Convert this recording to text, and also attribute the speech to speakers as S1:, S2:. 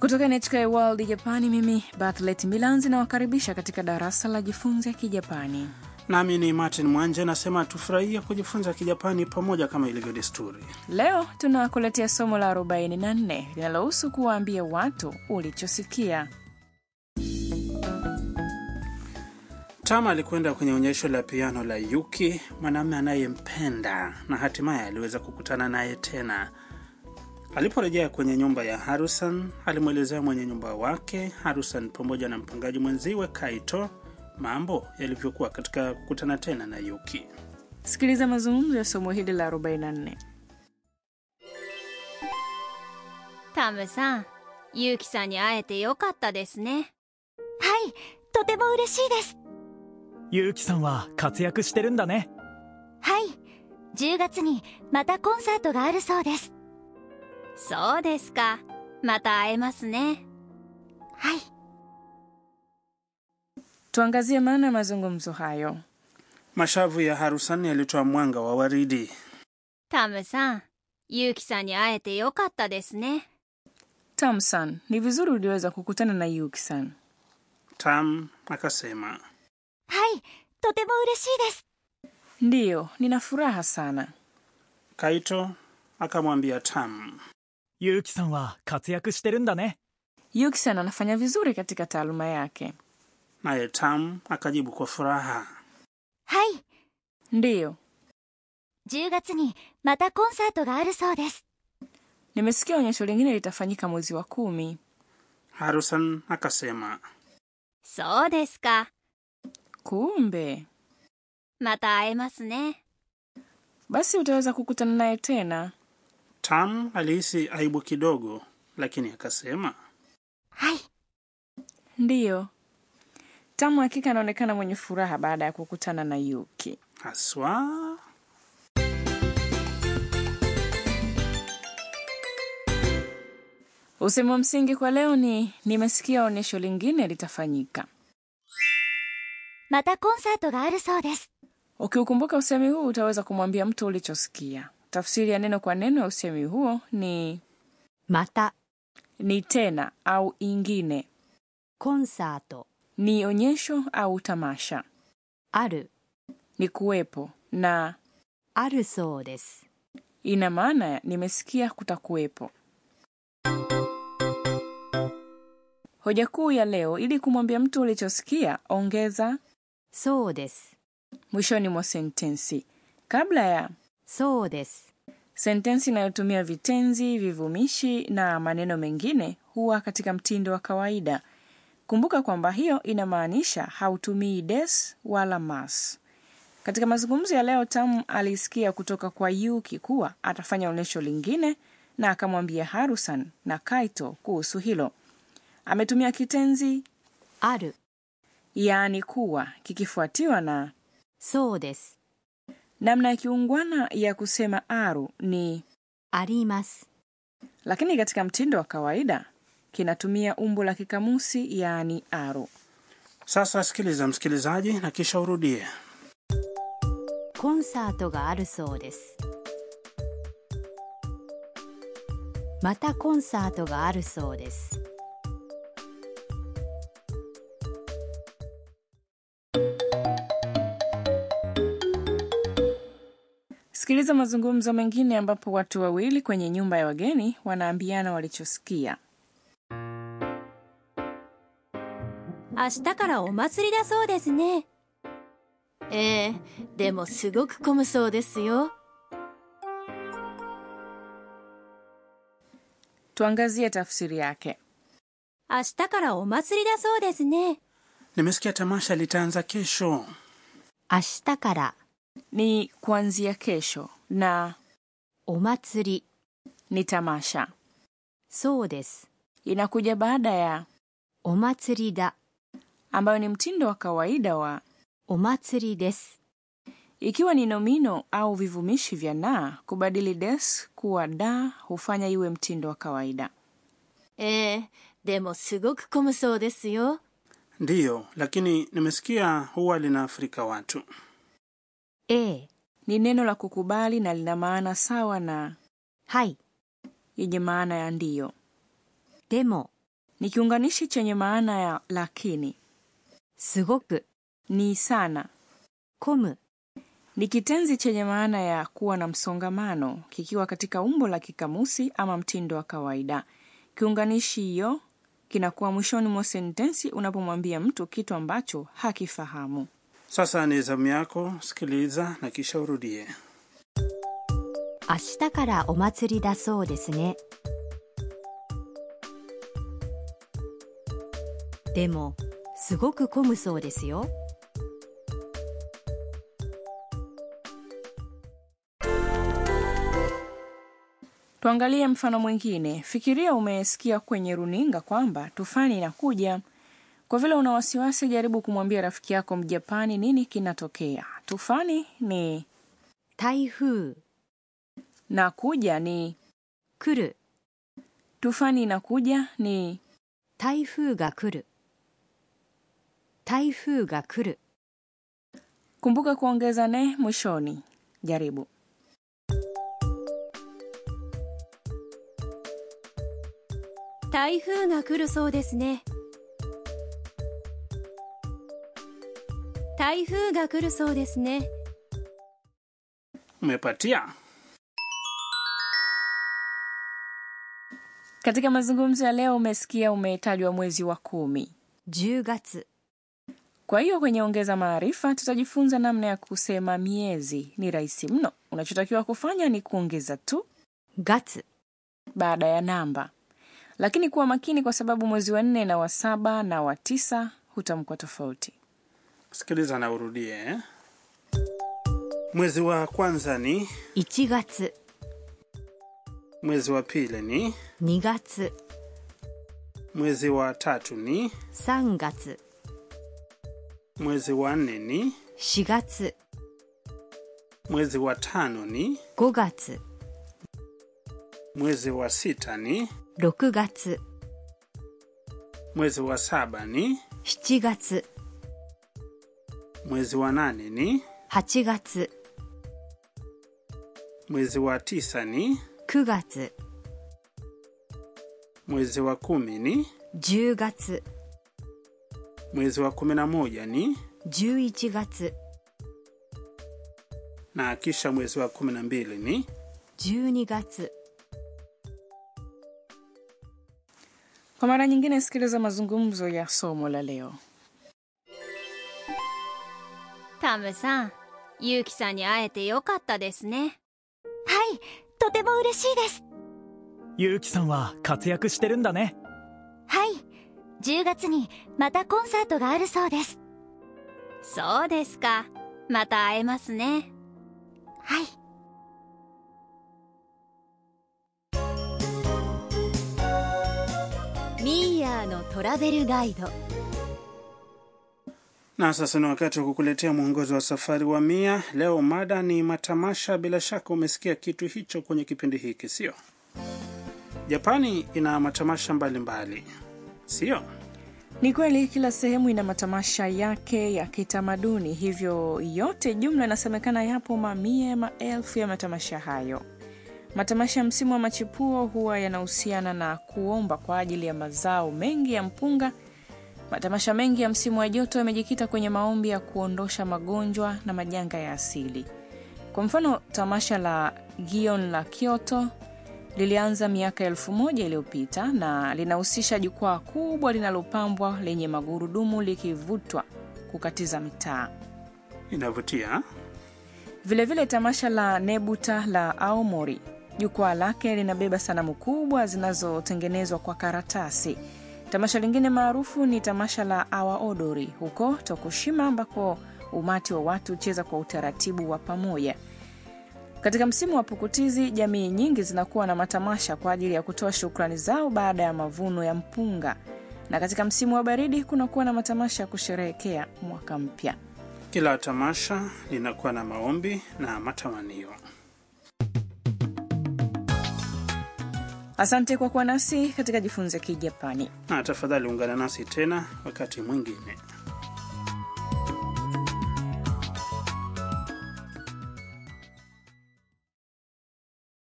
S1: kutoka NHK World Japani. Mimi Bathlet Milanzi nawakaribisha katika darasa la jifunze Kijapani.
S2: Nami ni Martin Mwanje, nasema tufurahie kujifunza Kijapani pamoja kama ilivyo desturi.
S1: Leo tunakuletea somo la 44 linalohusu kuwaambia watu ulichosikia.
S2: Tama alikwenda kwenye onyesho la piano la Yuki, mwanamume anayempenda, na hatimaye aliweza kukutana naye tena. Aliporejea kwenye nyumba ya Harusan, alimwelezea mwenye nyumba wake Harusan pamoja na mpangaji mwenziwe Kaito mambo yalivyokuwa katika kukutana tena na Yuki.
S1: Sikiliza mazungumzo ya somo hili la 44.
S3: タムさんユウキさんに会えてよかったですね
S4: はいとても嬉しいです
S5: ゆうきさんは活躍してるんだね
S4: はい10月にまたコンサートがあるそうです
S3: そうですかまた会えますね
S4: はい
S1: Tuangazie maana ya mazungumzo hayo.
S2: Mashavu ya Harusan yalitoa mwanga wa waridi.
S3: タムさんユウキさんに会えてよかったですね
S1: Tamsan, ni vizuri uliweza kukutana na Yuki-san.
S2: Tam akasema
S4: はいとても嬉しいです
S1: Ndiyo, nina furaha sana.
S2: Kaito akamwambia Tam,
S5: ゆうきさんは活躍してるんだね
S1: Yuki-san anafanya vizuri katika taaluma yake.
S2: naye Tam akajibu kwa furaha.
S4: はい
S1: Ndiyo,
S4: 10月にまたコンサートがあるそうです
S1: nimesikia onyesho lingine litafanyika mwezi wa kumi.
S2: Harusan akasema
S3: そうですか
S1: Kumbe
S3: また会えますね
S1: basi utaweza kukutana naye tena.
S2: Tam alihisi aibu kidogo, lakini akasema
S4: はい
S1: Ndiyo, Tamu hakika anaonekana mwenye furaha baada ya kukutana na Yuki.
S2: haswa.
S1: Usemi wa msingi kwa leo ni nimesikia onyesho lingine litafanyika.
S4: またコンサートがあるそうです
S1: Ukiukumbuka usemi huu utaweza kumwambia mtu ulichosikia. Tafsiri ya neno kwa neno ya usemi huo ni
S6: また
S1: ni tena au ingine,
S6: コンサート
S1: ni onyesho au tamasha,
S6: ある
S1: ni kuwepo na
S6: あるそうです
S1: ina maana ya nimesikia kutakuwepo. Hoja kuu ya leo, ili kumwambia mtu ulichosikia, ongeza
S6: そうです
S1: mwishoni mwa sentensi kabla ya
S6: そうです
S1: sentensi inayotumia vitenzi, vivumishi na maneno mengine huwa katika mtindo wa kawaida. Kumbuka kwamba hiyo inamaanisha hautumii des wala mas. Katika mazungumzo ya leo, Tamu alisikia kutoka kwa Yuki kuwa atafanya onyesho lingine na akamwambia Harusan na Kaito kuhusu hilo. Ametumia kitenzi
S6: ある
S1: yaani kuwa kikifuatiwa na
S6: そうです
S1: namna ya kiungwana ya kusema aru ni
S6: あります
S1: lakini katika mtindo wa kawaida kinatumia umbo la kikamusi yaani aru.
S2: Sasa sikiliza msikilizaji, na kisha urudie.
S6: コンサートがあるそうですまたコンサートがあるそうです
S1: Sikiliza mazungumzo mengine ambapo watu wawili kwenye nyumba ya wageni wanaambiana walichosikia.
S4: 明日からお祭りだそうですね
S7: ええでもすごく混むそうですよ
S1: Tuangazie tafsiri yake.
S4: 明日からお祭りだそうですね
S2: Nimesikia tamasha litaanza kesho.
S6: 明日から
S1: Ni kuanzia kesho na
S6: お祭り
S1: ni tamasha,
S6: そうです
S1: inakuja baada ya
S6: お祭りだ
S1: ambayo ni mtindo wa kawaida wa
S6: お祭りです
S1: ikiwa ni nomino au vivumishi vya na kubadili des kuwa da hufanya iwe mtindo wa kawaida.
S7: ええでもすごく混むそうですよ
S2: Ndiyo, lakini nimesikia huwa linaafrika watu.
S6: A
S1: ni neno la kukubali na lina maana sawa na
S6: はい
S1: yenye maana ya ndiyo.
S6: でも
S1: ni kiunganishi chenye maana ya lakini
S6: すごく
S1: ni sana
S6: 混む
S1: ni kitenzi chenye maana ya kuwa na msongamano kikiwa katika umbo la kikamusi ama mtindo wa kawaida kiunganishi hiyo kinakuwa mwishoni mwa sentensi unapomwambia mtu kitu ambacho hakifahamu
S2: Sasa ni zamu yako, sikiliza na kisha urudie.
S6: 明日からお祭りだそうですねでもすごく混むそうですよ
S1: tuangalie mfano mwingine fikiria umesikia kwenye runinga kwamba tufani inakuja kwa vile una wasiwasi jaribu kumwambia rafiki yako mjapani nini kinatokea tufani ni
S6: 台風
S1: na kuja ni
S6: 来る
S1: tufani inakuja ni
S6: 台風が来る台風が来る
S1: kumbuka kuongeza ne mwishoni jaribu
S7: 台風が来るそうですね台風が来るそうですね
S2: Umepatia?
S1: katika mazungumzo ya leo umesikia umetajwa mwezi wa kumi
S6: 10月
S1: kwa hiyo kwenye ongeza maarifa tutajifunza namna ya kusema miezi ni rahisi mno unachotakiwa kufanya ni kuongeza tu
S6: 月
S1: baada ya namba lakini kuwa makini kwa sababu mwezi wa nne na wa saba na wa tisa hutamkwa tofauti
S2: Sikiliza na urudie. eh. Mwezi wa kwanza ni,
S6: 1月
S2: mwezi wa pili ni,
S6: 2月
S2: mwezi wa tatu ni,
S6: 3月
S2: mwezi wa nne ni,
S6: 4月
S2: mwezi wa tano ni,
S6: 5月
S2: mwezi wa sita ni,
S6: 6月
S2: mwezi wa saba ni,
S6: 7月
S2: mwezi wa nane ni,
S6: 8月
S2: mwezi wa tisa ni,
S6: 9月
S2: mwezi wa kumi ni,
S6: 10月
S2: mwezi wa kumi na moja ni,
S6: 11月
S2: na kisha mwezi wa kumi na mbili ni.
S6: 12月
S1: kwa mara nyingine sikiliza mazungumzo ya somo la leo
S3: タムさんユウキさんに会えてよかったですね
S4: はいとても嬉しいです
S5: ゆうきさんは活躍してるんだね
S4: はい10月にまたコンサートがあるそうです
S3: そうですかまた会えますね
S4: はい
S7: ミーヤーのトラベルガイド
S2: Na sasa ni wakati wa kukuletea mwongozo wa safari wa Mia. Leo mada ni matamasha. Bila shaka umesikia kitu hicho kwenye kipindi hiki, sio? Japani ina matamasha mbalimbali, sio?
S1: ni kweli kila sehemu ina matamasha yake ya kitamaduni hivyo yote jumla inasemekana yapo mamia ya maelfu ya matamasha hayo matamasha ya msimu wa machipuo huwa yanahusiana na kuomba kwa ajili ya mazao mengi ya mpunga matamasha mengi ya msimu wa joto yamejikita kwenye maombi ya kuondosha magonjwa na majanga ya asili kwa mfano tamasha la gion la kyoto lilianza miaka elfu moja iliyopita na linahusisha jukwaa kubwa linalopambwa lenye magurudumu likivutwa kukatiza mitaa
S2: Inavutia.
S1: vilevile tamasha la nebuta la aomori jukwaa lake linabeba sanamu kubwa zinazotengenezwa kwa karatasi tamasha lingine maarufu ni tamasha la awaodori huko tokushima ambako umati wa watu hucheza kwa utaratibu wa pamoja katika msimu wa pukutizi jamii nyingi zinakuwa na matamasha kwa ajili ya kutoa shukrani zao baada ya mavuno ya mpunga na katika msimu wa baridi kunakuwa na matamasha ya kusherehekea mwaka mpya
S2: Kila tamasha linakuwa na maombi na matamanio.
S1: asante kwa kuwa nasi katika jifunze kijapani
S2: Na tafadhali ungana nasi tena wakati mwingine.